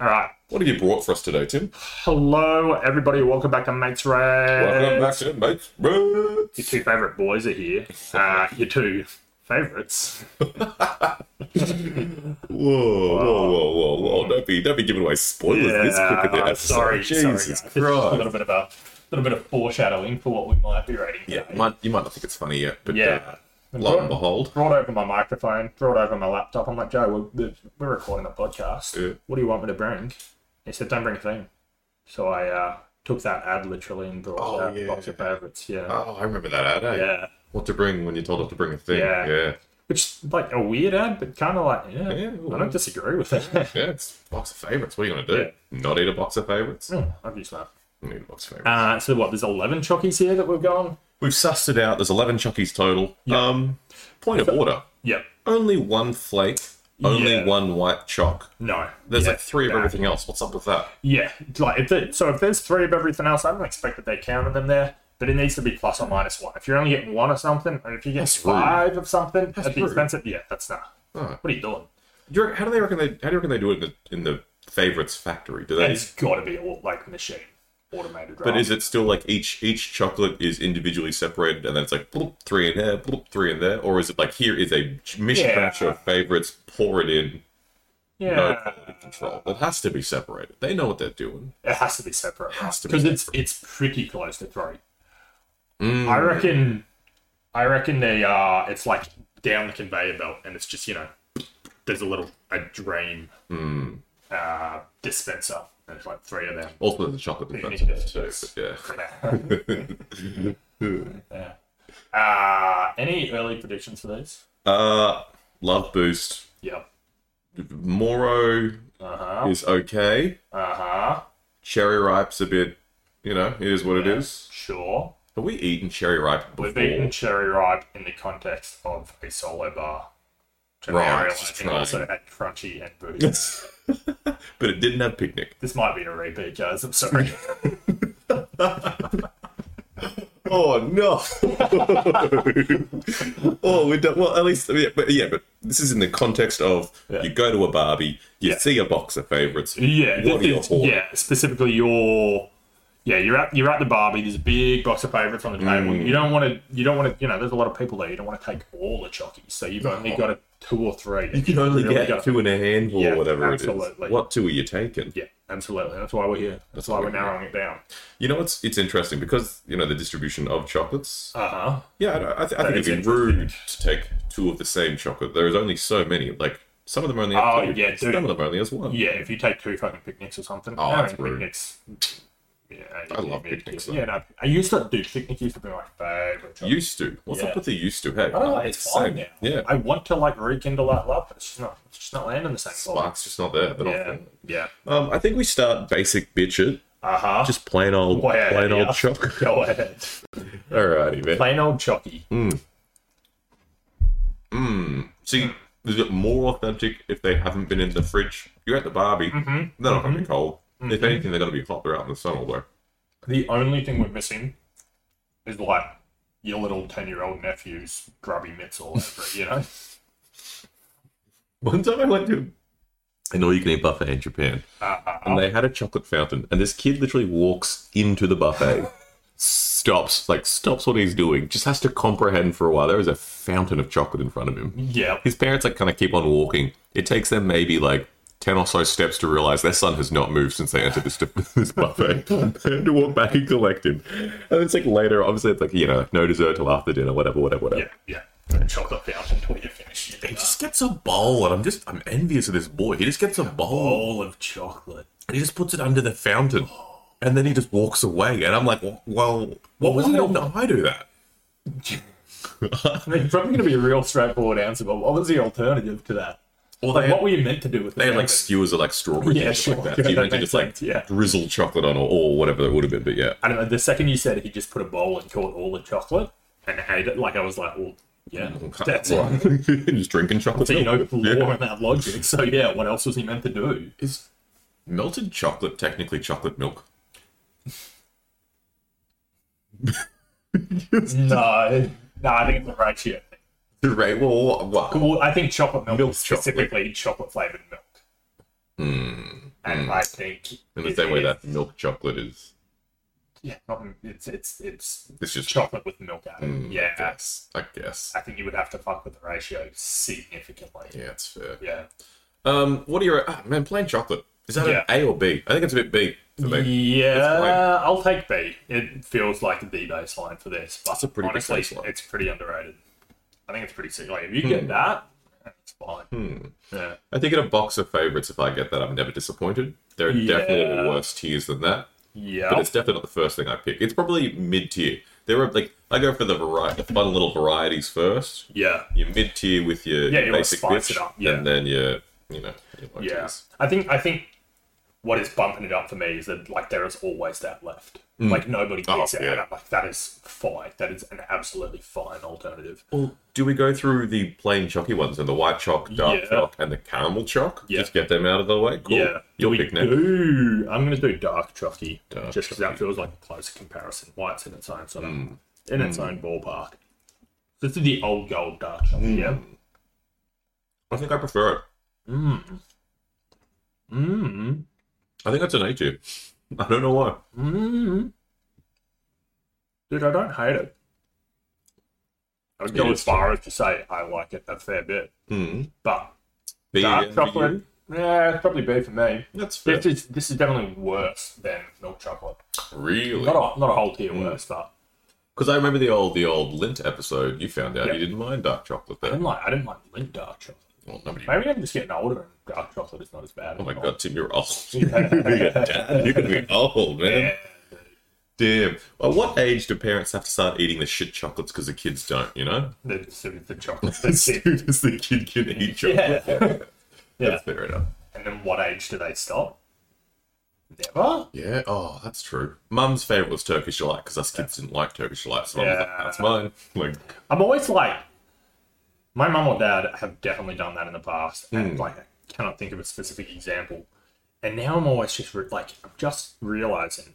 All right. What have you brought for us today, Tim? Hello, everybody. Welcome back to Mates Red. Welcome back to Mates Red. Your two favourite boys are here. Uh, your two favourites. Whoa, whoa, whoa, whoa, whoa! Don't be, don't be giving away spoilers this quick in the I'm episode. uh, sorry. Jesus sorry, guys. A Christ! little bit of a little bit of foreshadowing for what we might be rating. Yeah, today. might, you might not think it's funny yet, but Yeah. uh, lo and behold, Brought over my microphone, brought over my laptop. I'm like, Joe, we're, we're recording a podcast. Yeah. What do you want me to bring? He said, don't bring a thing. So I uh, took that ad literally and brought Oh, that yeah. box of favourites. Yeah. oh, I remember that ad. Eh? yeah. What to bring when you're told not to bring a thing? Yeah. yeah, Which like a weird ad, but kind of like yeah, Yeah, I well. don't disagree with it. Yeah, It's a box of favorites. What are you gonna do? Not eat a box of favorites? Hmm, Obviously. not. Eat a box of favorites. Uh, so what? There's eleven chockies here that we've gone. We've sussed it out. There's 11 chuckies total. Um, point of order. Yep. Only one flake. Only Yeah. one white chalk. No. There's Yeah, like three of nah. everything else. What's up with that? Yeah. Like if there- so, if there's three of everything else, I don't expect that they're counting them there. But it needs to be plus or minus one. If you're only getting one of something, or if you get rude. five of something at the rude. expense of yeah, that's not. Oh. What are you doing? Do you, reckon- how do they reckon they? How do you reckon they do it in the, in the favorites factory? Do they? It's got to be all like machine automated. but right? is it still like each each chocolate is individually separated, and then it's like bloop, three in there, bloop, three in there, or is it like here is a mishmash Yeah. of favorites, pour it in, yeah. no quality control. It has to be separated. They know what they're doing. It has to be separate, right? has to be Because it's it's pretty close to three. I reckon, I reckon they are. It's like down the conveyor belt, and it's just you know, there's a little a dream uh, dispenser, and it's like three of them. Also, there's a chocolate defense Yeah. too. But yeah. yeah. Uh, any early predictions for these? Uh, love boost. Yep. Moro Uh huh. is okay. Uh huh. Cherry ripe's a bit, you know, it is what it is. Sure. Have we eaten cherry ripe before? We've eaten cherry ripe in the context of a solo bar. Cherry Right, Ariel, just and also trying. at Crunchy and Boots. but it didn't have picnic. This might be a repeat, guys. I'm sorry. Oh no! oh, we don't. Well, at least, yeah, but yeah, but this is in the context of Yeah. you go to a Barbie, you Yeah. see a box of favorites. Yeah, What are your it's- orders? yeah, specifically your yeah, you're at you're at the Barbie. There's a big box of favourites on the table. Mm. You don't want to you don't want to you know. There's a lot of people there. You don't want to take all the chockies, so you've only got a two or three. Oh. You can only really get gotta- two in a handful Yeah, or whatever it absolutely. is. What two are you taking? Yeah, absolutely. That's why we're here. That's why we're narrowing it down. You know, it's it's interesting because you know the distribution of chocolates. Uh huh. Yeah, I, don't- I, th- I That think is it'd be rude to take two of the same chocolate. There is only so many. Like some of them only. Have Oh, two. yeah, some dude. of them only has one. Yeah, if you take two fucking picnics or something. Oh, I that's mean, rude. Picnics. Yeah, I love picnics, though. Yeah, no, I used to do picnics. Used to be my favourite. chocolate. Used to. What's Yeah. up with the used to? Hey, I don't know, like it's the fine now. same. Yeah, I want to like rekindle that love, but it's just not. It's just not landing the same. spot. sparks just not there. They're not Yeah, there. yeah. Um, I think we start basic bitch it. Uh huh. Just plain old, Way ahead, plain yeah. old chocolate. Go ahead. Alrighty, man. Plain old Chucky. Hmm. See, is it more authentic if they haven't been in the fridge? You're at the Barbie. Mm-hmm. They're not gonna be cold. If anything, they're gonna be hot. They're out in the sun all day. The only thing we're missing is like your little 10 year old nephew's grubby mitts all over it, you know? One time I went to an all-you-can-eat buffet in Japan. Uh, uh, and they had a chocolate fountain, and this kid literally walks into the buffet, stops, like stops what he's doing, just has to comprehend for a while. There is a fountain of chocolate in front of him. yeah. His parents like kind of keep on walking. It takes them maybe like ten or so steps to realize their son has not moved since they entered this, this buffet. they had to walk back and collect him. And it's like later, obviously, it's like you know, no dessert till after dinner, whatever, whatever, whatever. Yeah, yeah. The chocolate fountain until you finish your He dinner. just gets a bowl, and I'm just I'm envious of this boy. He just gets a bowl. Bowl of chocolate. And he just puts it under the fountain. And then he just walks away. And I'm like, well, what was why it on I do that? I mean, probably going to be a real straightforward answer, but what was the alternative to that? Well, Like, they, what had, were you meant to do with they had that? like skewers of like strawberry Yeah, and shit sure. like Yeah, that. So you that meant to makes just like sense, yeah. drizzle chocolate on or, or whatever that would have been. But yeah. I don't know. The second you said he just put a bowl and caught all the chocolate and ate it, like I was like, well, yeah, that's it. just drinking chocolate. So you know flaw Mm, Yeah. in that logic. So yeah, what else was he meant to do? Is melted chocolate technically chocolate milk? No, no, I think it's a ratio. thing. Right. Well, what- what- Well, I think chocolate milk, Milk is specifically chocolate flavored milk. and I think Hmm, In the it- same way it- that milk chocolate is. yeah, not, it's it's it's It's just chocolate with milk added. Mm, yeah, Yes, I guess. I think you would have to fuck with the ratio significantly. Yeah, it's fair. Yeah, Um, what are your ah, man? Plain chocolate is that Yeah. an A or B? I think it's a bit B for yeah, me. That's fine. I'll take B. It feels like the baseline for this, but That's a pretty good honestly, baseline. it's pretty underrated. I think it's pretty sick. Like if you get that, it's fine. Hmm. Yeah. I think in a box of favorites, if I get that, I'm never disappointed. There are Yeah. Oh. definitely worse tiers than that, but Yeah. it's definitely not the first thing I pick. It's probably mid tier. There are like I go for the variety, the fun little varieties first. Yeah. Your mid tier with your, Yeah, your you wanna basic spice bitch, it up, yeah. and then your you know your low Yeah. tiers. I think I think what is bumping it up for me is that like there is always that left. Like nobody Oh, picks it, yeah. and I'm like that is fine. That is an absolutely fine alternative. Well, do we go through the plain chalky ones and the white chalk, dark Yeah. chalk, and the caramel chalk? Yeah. Just get them out of the way. Cool. Yeah, You'll we pick next. do. I'm going to do dark chucky, Dark Mm. just because that Chucky. feels like a closer comparison. White's in its own sort of Hmm. in its own ballpark. This is the old gold dark chucky. Mm. Yeah. I think I prefer it. Mm. Mm. I think that's an A tier. I don't know why. Mm. Dude, I don't hate it. I would go It as is far as to say I like it a fair bit, Mm. but B dark again for chocolate, you? yeah, it's probably B for me. That's fair. This is this is definitely worse than milk chocolate. Really? Mm. Not a not a whole tier worse, but Because I remember the old the old lint episode. You found out Yeah. you didn't mind dark chocolate I there. didn't like I didn't like mint dark chocolate. Well, nobody. Maybe I'm just getting older and dark chocolate is not as bad. Oh my anymore. god, Tim, you're old. you're Yeah. gonna be old, man. Yeah. Damn. At what age do parents have to start eating the shit chocolates because the kids don't? You know, The, the, the chocolate. as soon as the kid can eat chocolate, Yeah. yeah. that's fair enough. And then what age do they stop? Never? Yeah, oh, that's true. Mum's favourite was Turkish Delight because us kids didn't like Turkish Delight, so I was like, Yeah. that's mine. Like, I'm always like, my mum or dad have definitely done that in the past, Hmm. and like I cannot think of a specific example. And now I'm always just re- like, I'm just realizing,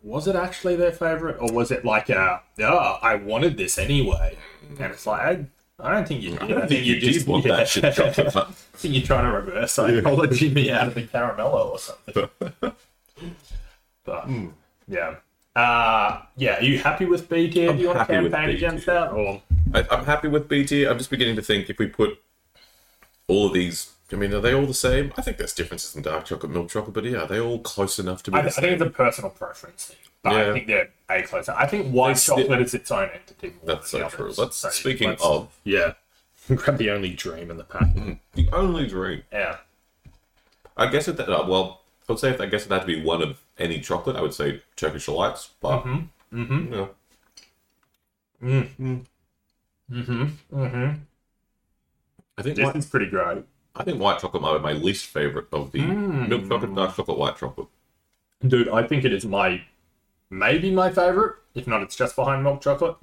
was it actually their favorite, or was it like a, oh, I wanted this anyway? And it's like, I, I don't think you did. Hmm. I don't think you just want that shit chocolate. mum. I think you're trying to reverse psychology me out of the caramello or something. but Hmm. yeah. Uh, yeah, are you happy with B tier? Do you want to happy with campaign B against tier. that? Or I, I'm happy with BT. I'm just beginning to think if we put all of these, I mean, are they all the same? I think there's differences in dark chocolate, milk chocolate, but yeah, are they all close enough to be I, I the think same? it's a personal preference thing. But I Yeah. think they're A closer. I think white It's the- chocolate is its own entity. more That's than so the true. others. Let's, So speaking let's- of, Mm-hmm. Yeah. Grab the only dream in the pack. the only dream. Yeah. I guess if that, uh, well, I would say if I guess it had to be one of any chocolate, I would say Turkish Delights, but, Mm-hmm. you know, Mm-hmm. Mm-hmm. I think This is pretty great. I think white chocolate might be my least favorite of the Mm. milk chocolate, dark chocolate, white chocolate. Dude, I think it is my maybe my favorite. If not, it's just behind milk chocolate.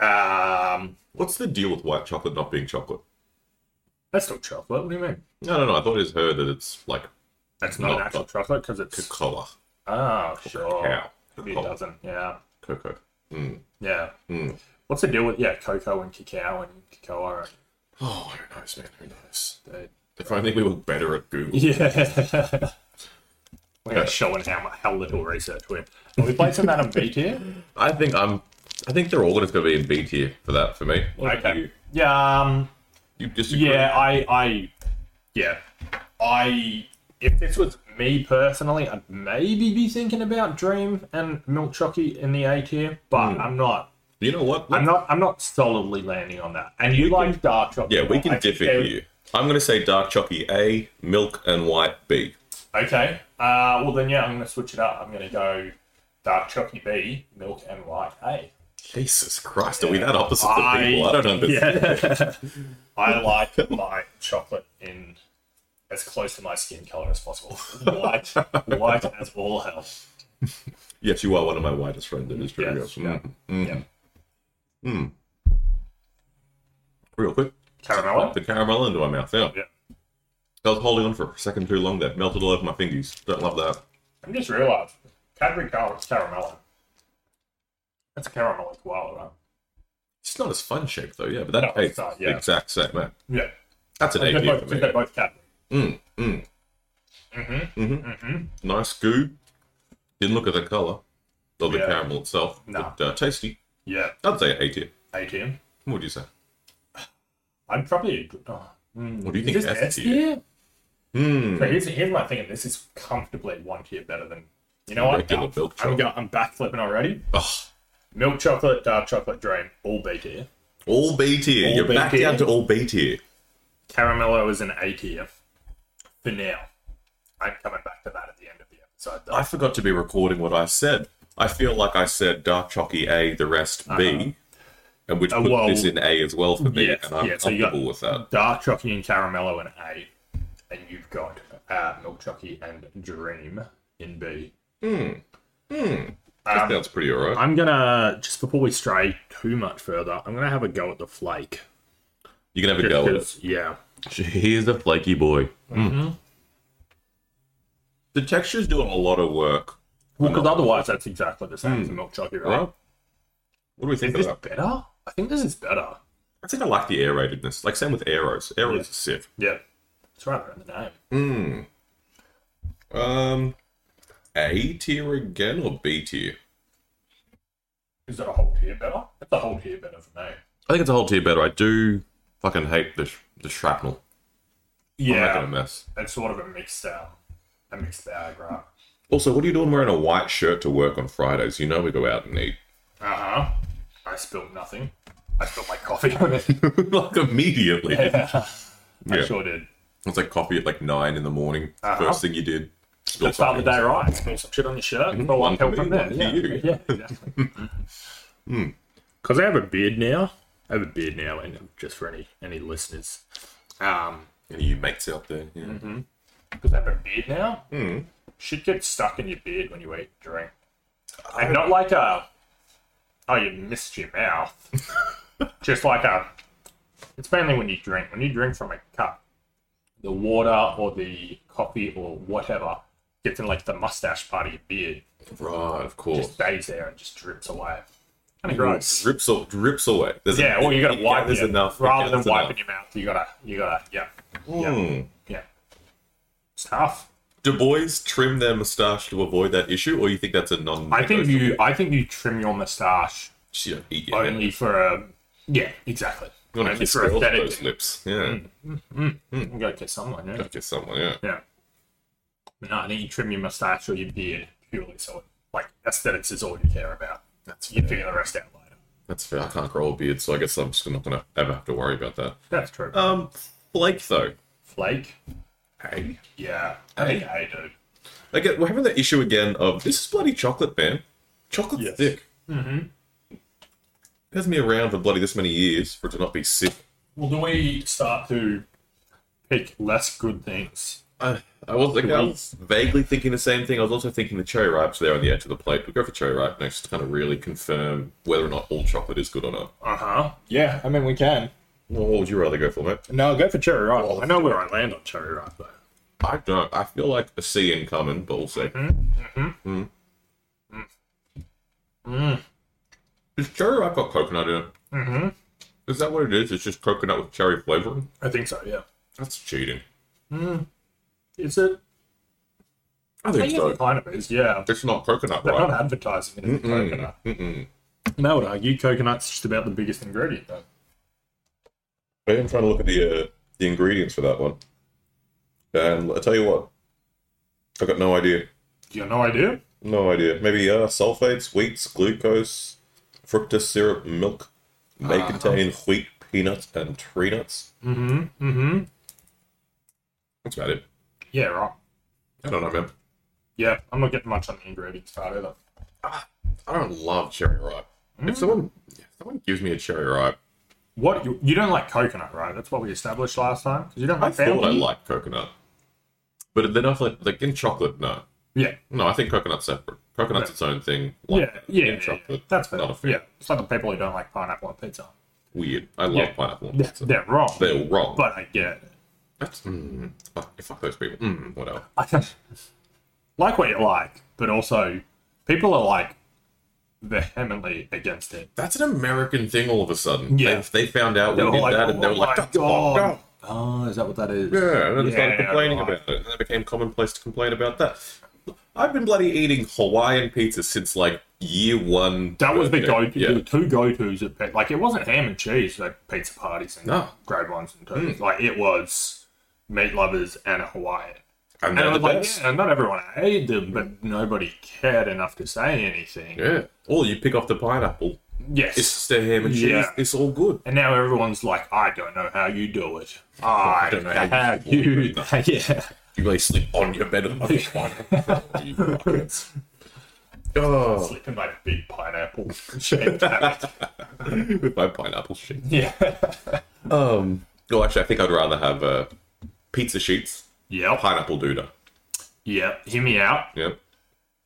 Um, What's the deal with white chocolate not being chocolate? that's not chocolate. What do you mean? No, no, no. I thought it's heard that it's like That's not, Not an actual chocolate because it's cocoa, oh sure. cow, Maybe it doesn't. Yeah, cocoa. Mm. yeah. Mm. What's the deal with yeah cocoa and cacao and cocoa? Oh, who knows, man? Who knows? Dude. If only we were better at Google. Yeah. We're gonna showing how mu- how little research we have. Are we placing that on B tier? I think I'm. I think they're all going to be in B tier for that for me. What about You, Yeah. Um, you disagree? Yeah, I, I, yeah, I. If this was me personally, I'd maybe be thinking about Dream and Milk Chocky in the A tier, Hmm. but I'm not. You know what? I'm not. I'm not solidly landing on that. And you like Dark Chocolate? yeah, we I can think differ they're- here. I'm going to say dark chocky A, milk and white B. Okay. Uh, well then, yeah, I'm gonna switch it up. I'm gonna go Dark Chocky B, Milk and White A. Jesus Christ, are we that opposite I- to people? I don't understand. Yeah. I like my chocolate in as close to my skin color as possible. White, white as all hell. Yes, you are one of my widest friends. That is true. Yes, Yes. yeah. Mm. Yeah. Real quick, Caramello? the caramel into my mouth. Yeah. Yeah. I was holding on for a second too long. That melted all over my fingers. Don't love that. I just realised Cadbury Car- Caramello. That's Caramello Koala, right? It's not as fun shaped though. Yeah, but that No, it's tastes not, yeah. exact same. Man. Yeah. That's an They're eight both, for me. they're both Cadbury. Mm, mm. Nice goo. Didn't look at the color of the Yeah. caramel itself, No. but uh, tasty. Yeah, I'd say A tier. ATM. What would you say? I'd probably. Oh, mm, What do is you think? this S S tier? tier? Hmm. So here's, here's my thing. This is comfortably one tier better than. You know what? Regular I'm, milk I'm, chocolate. go, I'm backflipping already. Ugh. Milk chocolate, dark chocolate dream, all B tier. All B tier. All You're B back tier. down to all B tier. Caramello is an A tier for now. I'm coming back to that at the end of the episode. Though. I forgot to be recording what I said. I feel like I said dark chocky A, the rest B, and which Uh-huh. Uh, puts well- this in A as well for me, Yeah, and I'm yeah, so you got- um, comfortable with that. Dark Chucky and Caramello in A, and you've got uh, Milk Chucky and Dream in B. That sounds pretty alright. I'm gonna just before we stray too much further, I'm gonna have a go at the flake. You can have a go at it. 'Cause- Yeah, He's a flaky boy. Hmm. Mm-hmm. The texture's doing a lot of work. well, because otherwise that's exactly the same as the Milk Chucky, right? Well, what do we is Hmm. think of this that? better? I think this is better. I think I like the aeratedness. Like same with arrows. Arrows are sick. Yeah, it's right around the name. Hmm. Um, A tier again or B tier? Is it a whole tier better? It's a whole tier better for me. I think it's a whole tier better. I do fucking hate the sh- the shrapnel. I'm making a Yeah, mess. it's sort of a mixed um, a mixed bag, right? Also, what are you doing wearing a white shirt to work on Fridays? You know we go out and eat. Uh Uh-huh. huh. I spilled nothing. I spilled my coffee on it. like immediately. I Yeah. sure did. It's like coffee at like nine in the morning. Uh-huh. First thing you did. spill Let's start the coffee. day right. Spill some shit on your shirt. Mhm. Pull One one for pill from me, there. one for Yeah. you. Hmm. yeah, exactly. Because I have a beard now. I have a beard now, and just for any any listeners, um, Any of you mates out there? Yeah. Mm-hmm. because I have a beard now, Hmm. shit gets stuck in your beard when you eat and drink, and not like a oh you missed your mouth, just like a. It's mainly when you drink. When you drink from a cup, the water or the coffee or whatever gets in like the mustache part of your beard. Right, of course. just stays there and just drips away. Kind of Right. gross. Drips, al- drips away. There's Yeah, well, you got to wipe There's it enough. rather than There's wiping your mouth. You gotta, you gotta, yeah, enough. yeah, Hmm. yeah. It's tough. Do boys trim their moustache to avoid that issue, or you think that's a non? I think you, I think you trim your moustache Shit, don't eat your head. only for a, yeah, exactly. You want to Only kiss for girls with those aesthetic. Mm. lips. Yeah, You gotta kiss someone, yeah. gotta kiss someone. Yeah. yeah. But no, I think you trim your moustache or your beard purely so, it, like, aesthetics is all you care about. That's You figure the rest out later. That's fair. I can't grow a beard, so I guess I'm just not gonna ever have to worry about that. That's true. Um, Blake though. Flake, Hey. yeah, I think hey, dude. Again, we're having the issue again of this is bloody chocolate, man. Chocolate's Yes. thick. Mm-hmm. It has me around for bloody this many years for it to not be sick. Well, do we start to pick less good things? I, I was like, I was vaguely thinking the same thing. I was also thinking the cherry ripe's there on the edge of the plate. We go for cherry ripe next to kind of really confirm whether or not all chocolate is good or not. Uh huh. Yeah, I mean we can. Well, what would you rather go for, mate? No, go for cherry ripe. I know where I land on cherry ripe though. I don't. I feel like a C incoming, but we'll see. Mm-hmm. Mm. Is cherry ripe got coconut in it? Mm-hmm. Is that what it is? It's just coconut with cherry flavoring? I think so. Yeah. That's cheating. Is it? I I think think so. it kind of is. Yeah. It's not coconut, They're right? not advertising it as coconut. And I would argue coconut's just about the biggest ingredient though. I am trying to look at the uh, the ingredients for that one, and I tell you what, I got no idea, You got no idea. no idea. Maybe uh, sulfates, wheats, glucose, fructose syrup, milk. May Ah. contain wheat, peanuts, and tree nuts. Mm-hmm. Mm-hmm. That's about it. Yeah. Right. I don't know, man. Yeah. I'm not getting much on the ingredients part either. I don't love cherry ripe. Mm. If someone if someone gives me a cherry ripe, What you, you don't like coconut, right? That's what we established last time. 'Cause you don't I like thought I family. liked coconut, but then I feel like, like in chocolate, no, Yeah. no. I think coconut's separate. Coconut's its own thing. Yeah, Like, yeah, in yeah, chocolate, yeah. that's fair. not a fan. yeah, it's like the people who don't like pineapple on pizza. Weird. I love Yeah. pineapple on They're, pizza. they're wrong, They're wrong. but I get it. That's mm, fuck, fuck those people. Mm, whatever. I don't- like what you like, but also people are like vehemently against it. That's an American thing. All of a sudden, Yeah. They- they, found out we They're did like, that, and they "Oh were like, my "Oh, God." God. Oh, is that what that is? Yeah, and then they started Yeah, complaining right. about it, and then it became commonplace to complain about that. I've been bloody eating Hawaiian pizza since like year one. That was the Yeah, go to, Yeah. the two go tos at pe- like it wasn't ham and cheese at pizza parties and No. grade ones and twos. Hmm. Like it was meat lovers and a Hawaiian. And And I they're the was like, best. yeah, not everyone hated them, but nobody cared enough to say anything. Yeah. Or you pick off the pineapple. Yes. It's just a ham and cheese. Yeah. It's all good. and now everyone's like, I don't know how you do it. I, don't know how you you. yeah. You may sleep on your bed and this one. You fuckers. oh, Slipping my big pineapple. shaped hat. with my pineapple sheet. yeah. Um. Well, actually, I think I'd rather have uh, pizza sheets, Yep. pineapple Duda. Yep. Hear me out. Yep.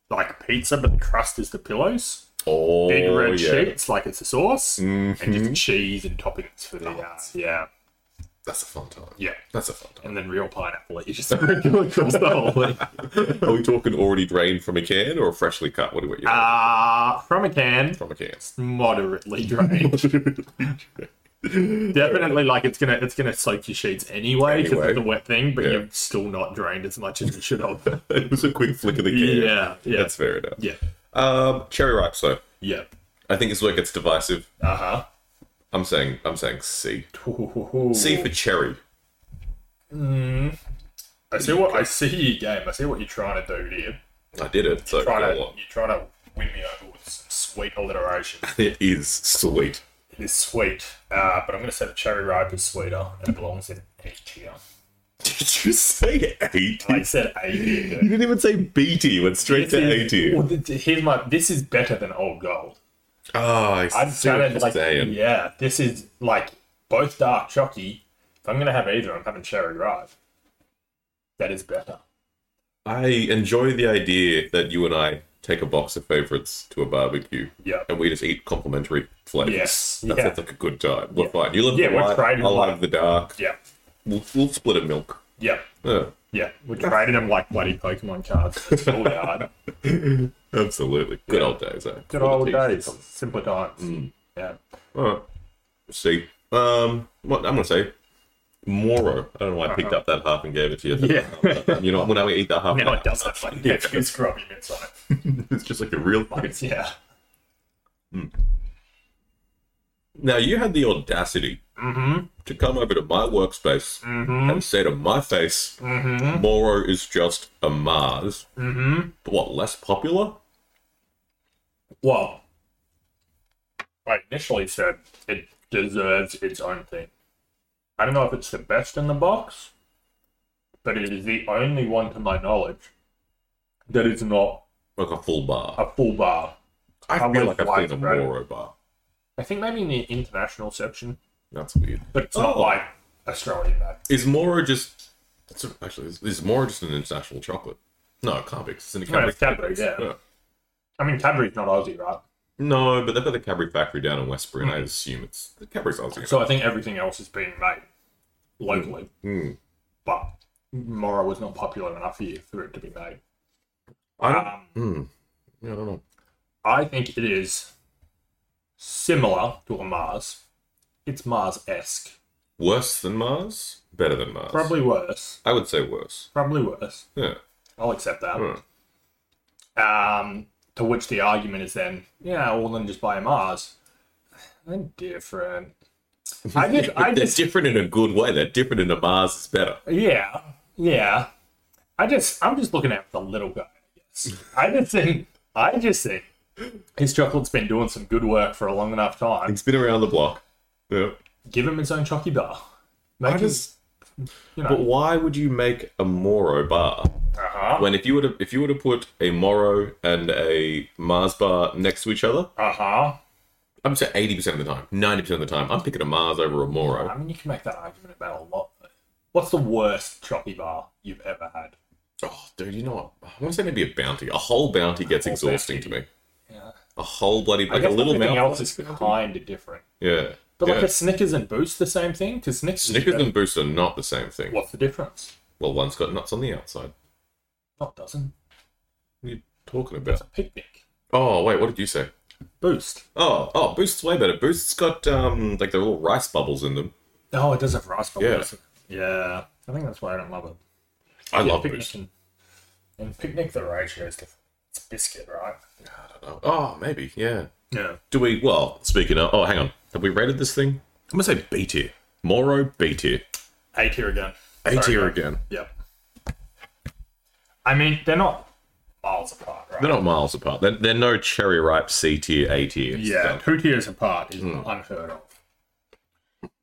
Like pizza, but the crust is the pillows. Oh, big red yeah. Mm-hmm. sheets like it's a sauce and just cheese and toppings for the uh, yeah That's a fun time. yeah That's a fun time. and then real pineapple that you just regular across the whole thing Are we talking already drained from a can or freshly cut? What do we? uh, from a can from a can. moderately drained definitely like it's gonna it's gonna soak your sheets anyway because Anyway. it's a wet thing but Yeah. you're still not drained as much as you should have it was a quick flick of the can. yeah yeah That's fair enough. yeah Um, cherry ripe, though. yeah I think it's where it gets divisive. uh-huh I'm saying, I'm saying C. see, C for cherry. I see what I see your game I see what you're trying to do here I did it. So trying to go on. you're trying to win me over with some sweet alliteration. it is sweet. it is sweet, uh, but I'm going to say the cherry ripe is sweeter and it belongs in A tier. Did you say eight? I said A tier. You dude. didn't even say B tier. Went straight This to is- A tier. well, th- th- here's my. This is better than old gold. Oh, I I'm see what you're like saying. yeah. This is like both dark chocky. If I'm going to have either, I'm having cherry ripe. That is better. I enjoy the idea that you and I take a box of favorites to a barbecue Yeah. and we just eat complimentary flavors. Yes. That Yeah. sounds like a good time. We're fine. You love Yeah, the we're light, trading I'll light. have the dark. Yeah. We'll, we'll split a milk. Yeah. Yeah, Yeah. We traded them like bloody Pokemon cards. It's all hard. absolutely. Good old days, eh? Good Before the old teeth days. Mm. come. Simpler times. Yeah. Alright. See. Um, what I'm going to say Moro. I don't know why I picked up that half and gave it to you. Uh-huh. Yeah. you know, when I eat that half, No, it doesn't. Like, yeah, it's got scrubby mitts on it. it's just like a real fucking It's, yeah. Now you had the audacity Mm-hmm. to come over to my workspace and say to my face, Mm-hmm. Moro is just a Mars. Mm-hmm. But what, less popular? Well, I initially said it deserves its own thing. I don't know if it's the best in the box, but it is the only one to my knowledge that is not Like a full bar. a full bar. I I feel would like I've like seen a that. Moro bar. I think maybe in the international section, That's weird. but it's not Oh. like Australian though. Is Moro just. It's a, actually, is, is Moro just an international chocolate? No, it can't be. 'cause It's in a No, Cadbury. it's Cadbury, yeah. I mean, Cadbury's not Aussie, right? No, but they've got the Cadbury factory down in Westbury, Mm-hmm. and I assume it's. The Cadbury's Aussie. So I think everything else is being made locally, Hmm. but Morrow was not popular enough here for it to be made. I don't, hmm. Um, yeah, I don't know. I think it is similar to a Mars. It's Mars esque. Worse than Mars? Better than Mars. Probably worse. I would say worse. Probably worse. Yeah. I'll accept that. Hmm. Um, to which the argument is then, yeah, well then just buy a Mars. They're different. I just, I they're just, different in a good way. They're different in a Mars is better. yeah, yeah. I just, I'm just looking at the little guy. I guess. I just think, I just think his chocolate's been doing some good work for a long enough time. It's been around the block. Yeah. Give him his own chocky bar. Make I him- just, you but know, why would you make a Moro bar uh-huh, when if you would have if you would have put a Moro and a Mars bar next to each other? uh-huh. I'm saying eighty percent of the time, ninety percent of the time, I'm picking a Mars over a Moro. I mean, you can make that argument about a lot. What's the worst choppy bar you've ever had? Oh, dude, you know what? I want to say maybe a bounty. A whole bounty gets whole exhausting to me. Yeah. A whole bloody I like a guess little everything mouth. else is kind of different. Yeah. But like yeah. a Snickers and Boost, the same thing? Because Snickers, Snickers and Boost are not the same thing. what's the difference? Well, one's got nuts on the outside. Not doesn't. What are you talking about? It's a picnic. Oh wait, what did you say? Boost. Oh, oh, Boost's way better. Boost's got um like the little rice bubbles in them. Oh, it does have rice bubbles. Yeah. doesn't it? Yeah, I think that's why I don't love it. I Yeah, love picnic booze. And, and picnic the rage goes to it's biscuit, right? Oh, maybe. Yeah. Yeah. Do we? Well, speaking of. Oh, hang on. Have we rated this thing? I'm gonna say B tier. Moro B tier. A tier again. A Sorry, tier bro. again. Yep. I mean, they're not miles apart, right? They're not miles apart. They're, they're no cherry ripe C tier, A tier. yeah, stuff. two tiers apart is Hmm. unheard of.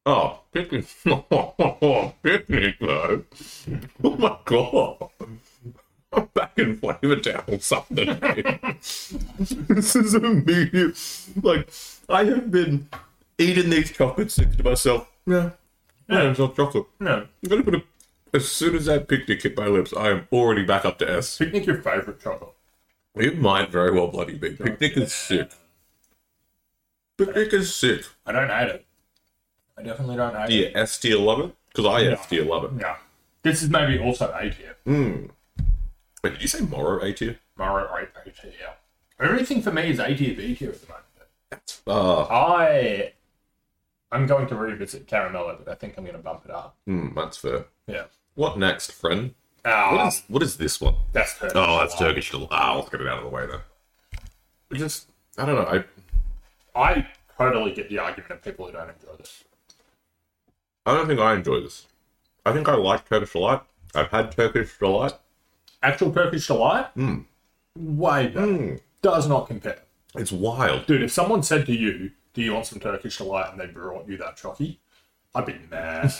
Oh, picnic. picnic though. Oh my god. I'm back in Flavor Town or something. this is immediate. Like, I have been eating these chocolates thinking to myself, yeah, yeah, it's not chocolate. No, I'm gonna put a. As soon as that picnic hit my lips, I am already back up to S. picnic your favorite chocolate. It might very well bloody be. Picnic is sick. Picnic is sick. I don't hate it. I definitely don't hate it. Yeah, S tier love it? Because I S tier love it. Yeah. This is maybe also A tier. Wait, did you say Moro A tier? Mara right A tier. Yeah. Everything for me is A tier, B tier at the moment. Ah, I, I'm going to revisit Caramello, but I think I'm going to bump it up. hmm, that's fair. Yeah. What next, friend? What Ah, is, what is this one? that's Turkish. Oh, that's Turkish delight. Ah, let's get it out of the way then. We just, I don't know. I, I totally get the argument of people who don't enjoy this. I don't think I enjoy this. I think I like Turkish delight. I've had Turkish delight. Actual Turkish delight, way better. Does not compare. Hmm. It's wild. Dude, if someone said to you, "Do you want some Turkish delight?" and they brought you that chocky, I'd be mad.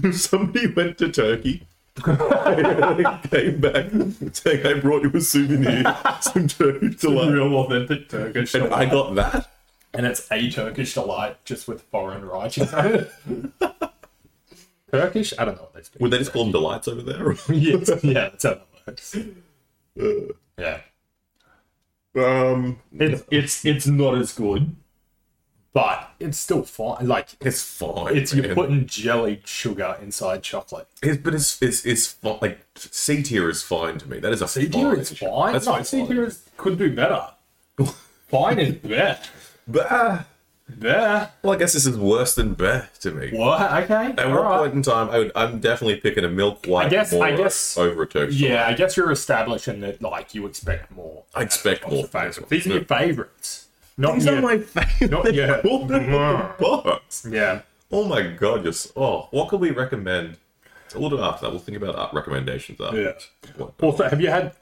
If somebody went to Turkey and came back saying, I brought you a souvenir, some Turkish delight, Real authentic Turkish and I delight, got that. and it's a Turkish delight just with foreign writing. on it. Turkish? I don't know what they speak. Would they just call them delights over there? yeah, yeah, that's how that works. Uh, Yeah, um, it's it's it's not as good, but it's still fine. Like it's fine. it's man. you're putting jelly sugar inside chocolate. It's, but it's it's it's fine. Like C tier is fine to me. That is a C tier is fine. That's no, fine. C tier is- could do better. fine is best. But ah, There. well, I guess this is worse than bear to me. What? Okay. At all one right. point in time, I would, I'm definitely picking a milk white I guess- I Mora guess- over a Turkish. Yeah, I guess you're establishing that like you expect more. I expect What's more your favourite? from this These are your favorites. Not These your, are my Not favorite. yet. box. yeah. Oh my god! Just oh, what could we recommend? We'll do it after that. We'll think about uh, recommendations after. Yeah. What- Also, have you had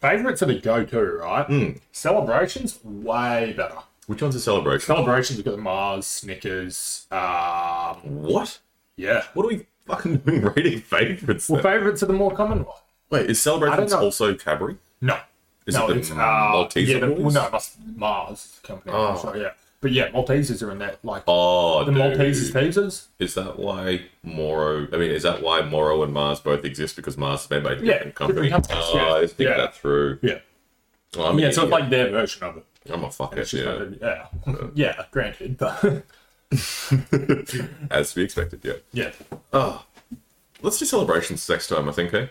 favorites are the go-to, right? Hmm. Celebrations way better. Which one's a celebration? Celebrations have got the Mars, Snickers. Um, What? yeah. What are we fucking doing? Rating favorites? Well, then? favorites are the more common one. Wait, is celebrations know. also Cadbury? No. Is no, it the it's, uh, Maltese yeah, the, well, Balls? no, it must Mars company. Oh. So, yeah. But yeah, Maltesers are in that. Like Oh, the dude. Maltesers teasers. Is that why Moro? I mean, is that why Moro and Mars both exist because Mars is made by a different different company? companies, oh, yeah. I think Yeah. that through. Yeah. Oh, I'm an Yeah, so it's idiot. like their version of it. I'm a It's just fuckhead. like a- yeah. yeah, granted, but Yeah, as to be expected. Yeah. yeah, Oh, let's do celebrations next time. I think. Eh?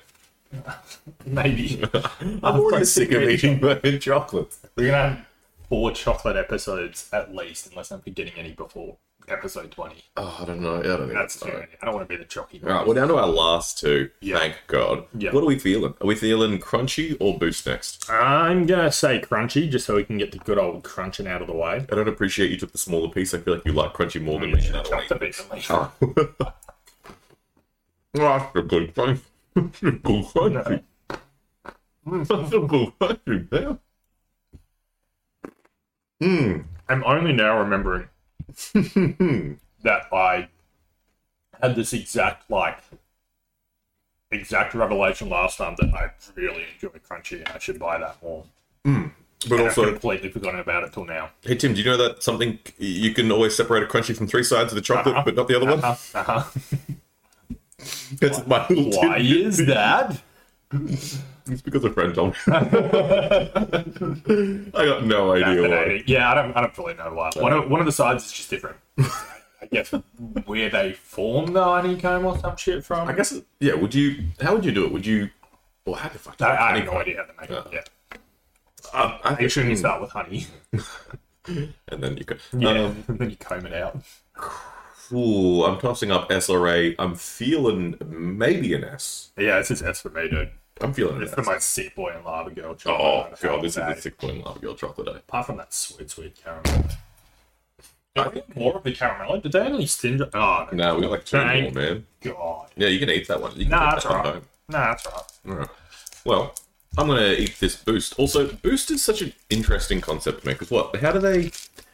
maybe. I'm already sick of eating burnt chocolate. We're gonna have four chocolate episodes at least, unless I'm forgetting any before episode twenty. Oh, I don't know. I don't think That's all too right. many. I don't want to be the jockey. All right, we're down to our last two. Yeah. Thank God. Yeah. What are we feeling? Are we feeling crunchy or boost next? I'm gonna say crunchy, just so we can get the good old crunching out of the way. I don't appreciate you took the smaller piece. I feel like you like crunchy more than me. in that way. Chocolate bits at least. Ah. That's a good thing. That's a good thing. That's a good thing, man. I'm only now remembering Hmm. that I had this exact like exact revelation last time that I really enjoy crunchy and I should buy that more. But And I've also, completely forgotten about it till now. hey Tim, do you know that something you can always separate a crunchy from three sides of the chocolate, but not the other one? Uh-huh. That's my little Why tidbit. is that? It's because a friend told me. I got no idea why. Fascinating. uh, Yeah, I don't, I don't really know why. One of, one of the sides is just different. I guess where they form the honeycomb or some shit from. I guess, yeah. Would you? How would you do it? Would you? Well, how the fuck? do I, you I have make no idea how they make it. Uh, Yeah. honey? I, I Make think, sure you start with honey. Hmm. and then you could. Yeah. Um, and then you comb it out. Ooh, I'm tossing up SRA. I'm feeling maybe an S. Yeah, it's just S for me, dude. I'm feeling an It's S. for my sick boy and lava girl Oh chocolate. god, this is the Day. sick point lava girl chocolate day. Apart from that sweet, sweet caramel. Do I get more of the caramel? Did they have any sting? Oh, no. Nah, we got like two Right. more, man. God. Yeah, you can eat that one. You can Nah, take that's that one alright. home. Nah, that's all right. Alright. Well, I'm gonna eat this boost. Also, boost is such an interesting concept, man. Because what? How do they?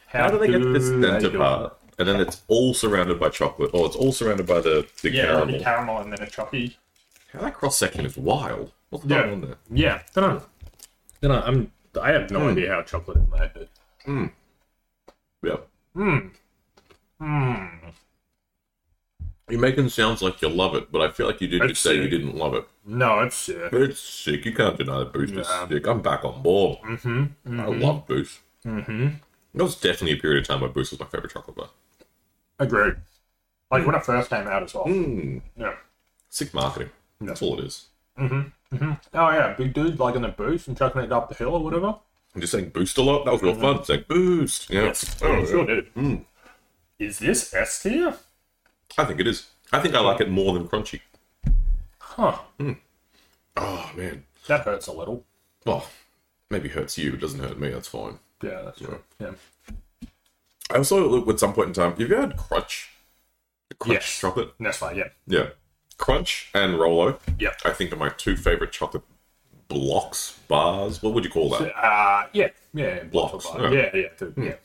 How, do they get this center do it? part? And then it's all surrounded by chocolate. Oh, it's all surrounded by the, the Yeah, caramel. the caramel and then a choppy. How that cross section is wild. What's Yeah. going on there? Yeah, Hmm. don't know. Don't know. I'm. I have no idea how chocolate is made. But... Yeah. Hmm. Hmm. You're making sounds like you love it, but I feel like you did That's just say you sick. didn't love it. No, it's sick. But it's sick. You can't deny that Boost is Yeah. sick. I'm back on board. Mm-hmm. I love Boost. Mm-hmm. There was definitely a period of time where Boost was my favorite chocolate bar. Agreed. Like when it first came out as well. Mm. Yeah. Sick marketing. That's all it is. Oh yeah, big dude like in a booth and chucking it up the hill or whatever. I'm just saying Boost a lot. That was Mm-hmm. real fun. Saying Boost. Yeah. Oh, yeah. did. Is this S tier? I think it is. I think I like it more than Crunchy. Huh. Oh, man. That hurts a little. Well, maybe hurts you, but doesn't hurt me. That's fine. Yeah, that's true. Yeah. I also, at some point in time, have you ever had Crunch? The Crunch Yes. chocolate? That's fine. Yeah. Yeah. Crunch and Rolo, Yeah. I think, are my two favorite chocolate blocks, bars. What would you call that? Uh, yeah. Yeah. Blocks, blah, blah, blah. Yeah. Hmm. yeah. Yeah. Dude. Yeah.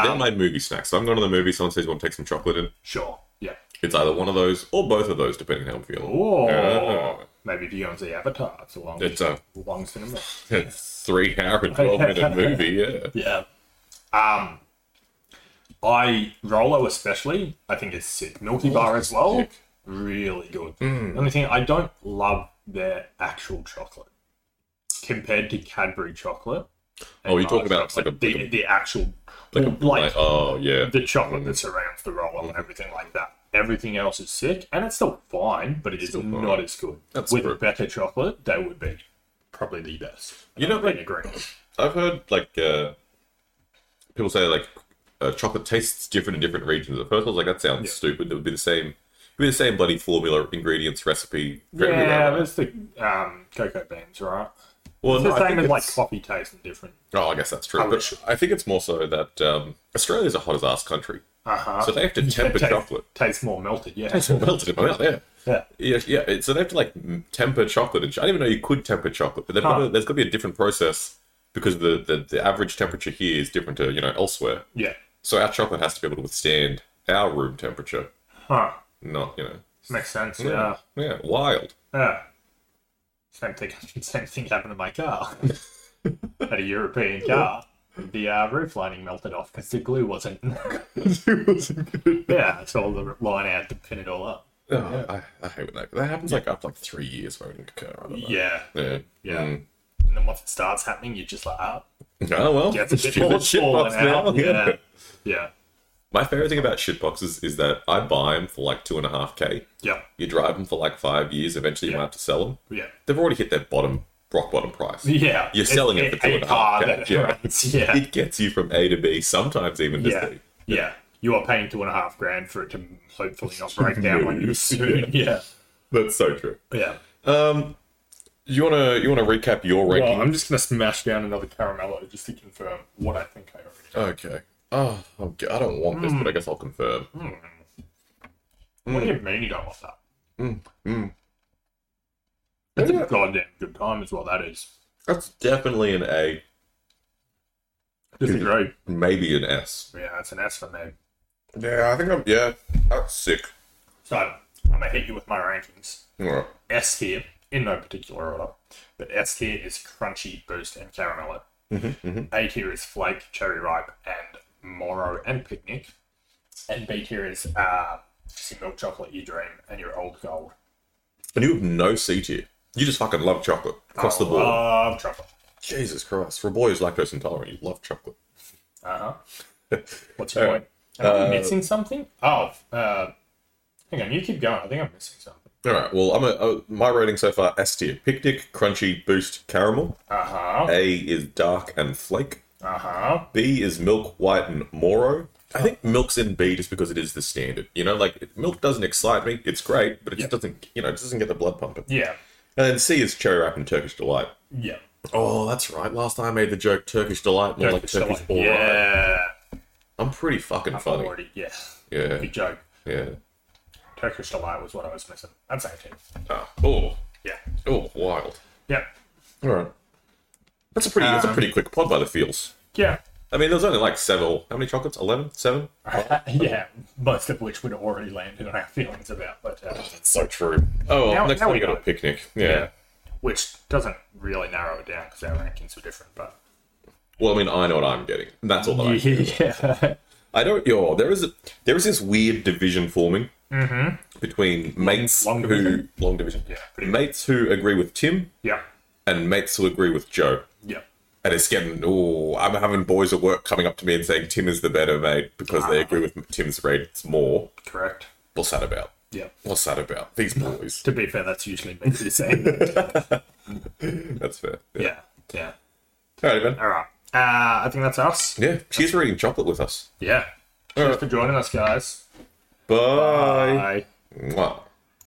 Um, They're my movie snacks. So I'm going to the movie, someone says you want to take some chocolate in. Sure. Yeah. It's either one of those or both of those, depending on how I'm feeling. Oh. Yeah. Maybe if you go and see Avatar, it's uh, a long, It's a long cinema. three hour and 12 minute movie, yeah. Yeah. Um, I Rolo especially, I think is sick. Milky Bar as well, Oh, sick. Hmm. really good. The only thing I don't love their actual chocolate compared to Cadbury chocolate. Oh, you're talking Mars about like a- chocolate, the, like the actual Like, well, a- Hmm. like, oh, yeah. the chocolate that surrounds the Rolo and everything like that. Everything else is sick, and it's still fine, but it is Still fine. not as good. That's With true. better chocolate, they would be probably the best. You know, I like, agree. I've heard like uh, people say like uh, chocolate tastes different in different regions. At first, I was like, that sounds stupid. It would be the same. It'd be the same bloody formula, ingredients, recipe. for everywhere, Yeah, right? there's the um, cocoa beans, right? well, It's no, the I same think as like it's- coffee taste and different. Oh, I guess that's true. I but wish. I think it's more so that um, Australia's a hot as ass country, Uh huh. so they have to temper taste, chocolate. Tastes more melted, yeah. It's all Uh-huh. melted in my mouth. Yeah. yeah. Yeah, yeah. it- So they have to like m- temper chocolate. And ch- I didn't even know you could temper chocolate, but they've Huh. got to, there's got to be a different process because the, the the average temperature here is different to you know elsewhere. Yeah. So our chocolate has to be able to withstand our room temperature, Huh. not you know. Makes sense, yeah. Yeah, wild. Yeah. Same thing. Same thing happened to my car. Had a European car. The uh, roof lining melted off because the glue wasn't. yeah, it's all the line out to pin it all up. Oh, I, I hate when that that happens like after like three years where it didn't occur. I don't know. Yeah, Yeah. yeah. Mm. And then once it starts happening, you're just like, ah, Oh well. gets a bit Stupid more shitbox falling out. now. Yeah, yeah, My favorite thing about shitboxes is that I buy them for like two and a half k. yeah, You drive them for like five years. Eventually, you Yeah. might have to sell them. yeah. They've already hit their bottom rock bottom price. Yeah, You're selling it for two a and a half car grand, that yeah. runs, yeah, It gets you from A to B, sometimes even to yeah, C. yeah. You are paying two and a half grand for it to hopefully not break down when you Millions, soon. Yeah, That's so true. yeah. Um, you wanna you wanna recap your ranking? Well, I'm just gonna smash down another caramello just to confirm what I think I already. Okay. Oh, I'm g- I don't want this, but Hmm. I guess I'll confirm. What do Mm. you mean you don't want that? That's Yeah, a goddamn good time is what that is. That's definitely an A, Disagree. maybe an S. Yeah, it's an S for me. Yeah, I think I'm. Yeah, that's sick. So I'm gonna hit you with my rankings. All right. S tier, in no particular order, but S tier is crunchy, boost, and caramello. A tier is flake, cherry ripe, and moro and picnic. And B tier is uh, juicy milk chocolate, your dream, and your old gold. And you have no C tier. You just fucking love chocolate across the I board. Love chocolate. Jesus Christ, for a boy who's lactose intolerant, you love chocolate. Uh huh. What's your Alright. point? Am I Uh, missing something? Oh, uh, hang on. You keep going. I think I'm missing something. All right. Well, I'm a, uh, my rating so far S tier: picnic, crunchy, boost, caramel. Uh huh. A is dark and flake. Uh huh. B is milk, white, and moro. I Oh. think milk's in B just because it is the standard. You know, like it- milk doesn't excite me. It's great, but it just doesn't. You know, it just doesn't get the blood pumping. Yeah. And then C is cherry wrap and Turkish delight. Yeah. Oh, that's right. Last time I made the joke Turkish delight, more Turkish like Turkish delight. alright. Yeah. I'm pretty fucking funny. Already. Yeah. Yeah, Big joke. yeah. Turkish delight was what I was missing. That's 18. Ah, oh, Yeah. oh, wild. Yeah. All right. That's a pretty. that's Um, a pretty quick pod by the feels. Yeah. I mean, there's only like several. How many chocolates? Eleven? Seven? yeah. Most of which would have already landed on our feelings about, but uh, So true. Oh, well, Now- next now time we we go to a know. picnic. Yeah. which doesn't really narrow it down because our rankings are different. But Well, I mean, I know what I'm getting. That's all that I. yeah, I don't. Yo, there is a, there is this weird division forming between mates Mm-hmm. long who division. long division. Yeah, pretty mates who agree with Tim yeah, and mates who agree with Joe. yeah. And it's getting, oh, I'm having boys at work coming up to me and saying Tim is the better mate because they agree with Tim's rates more. Correct. What's that about? Yeah. What's that about? These boys. To be fair, that's usually me who's saying that. That's fair. Yeah. Yeah. Yeah. All right, man. All right. Uh, I think that's us. Yeah. Cheers for eating chocolate with us. Yeah. Cheers for joining us, guys. Uh, Bye. Bye. Mwah.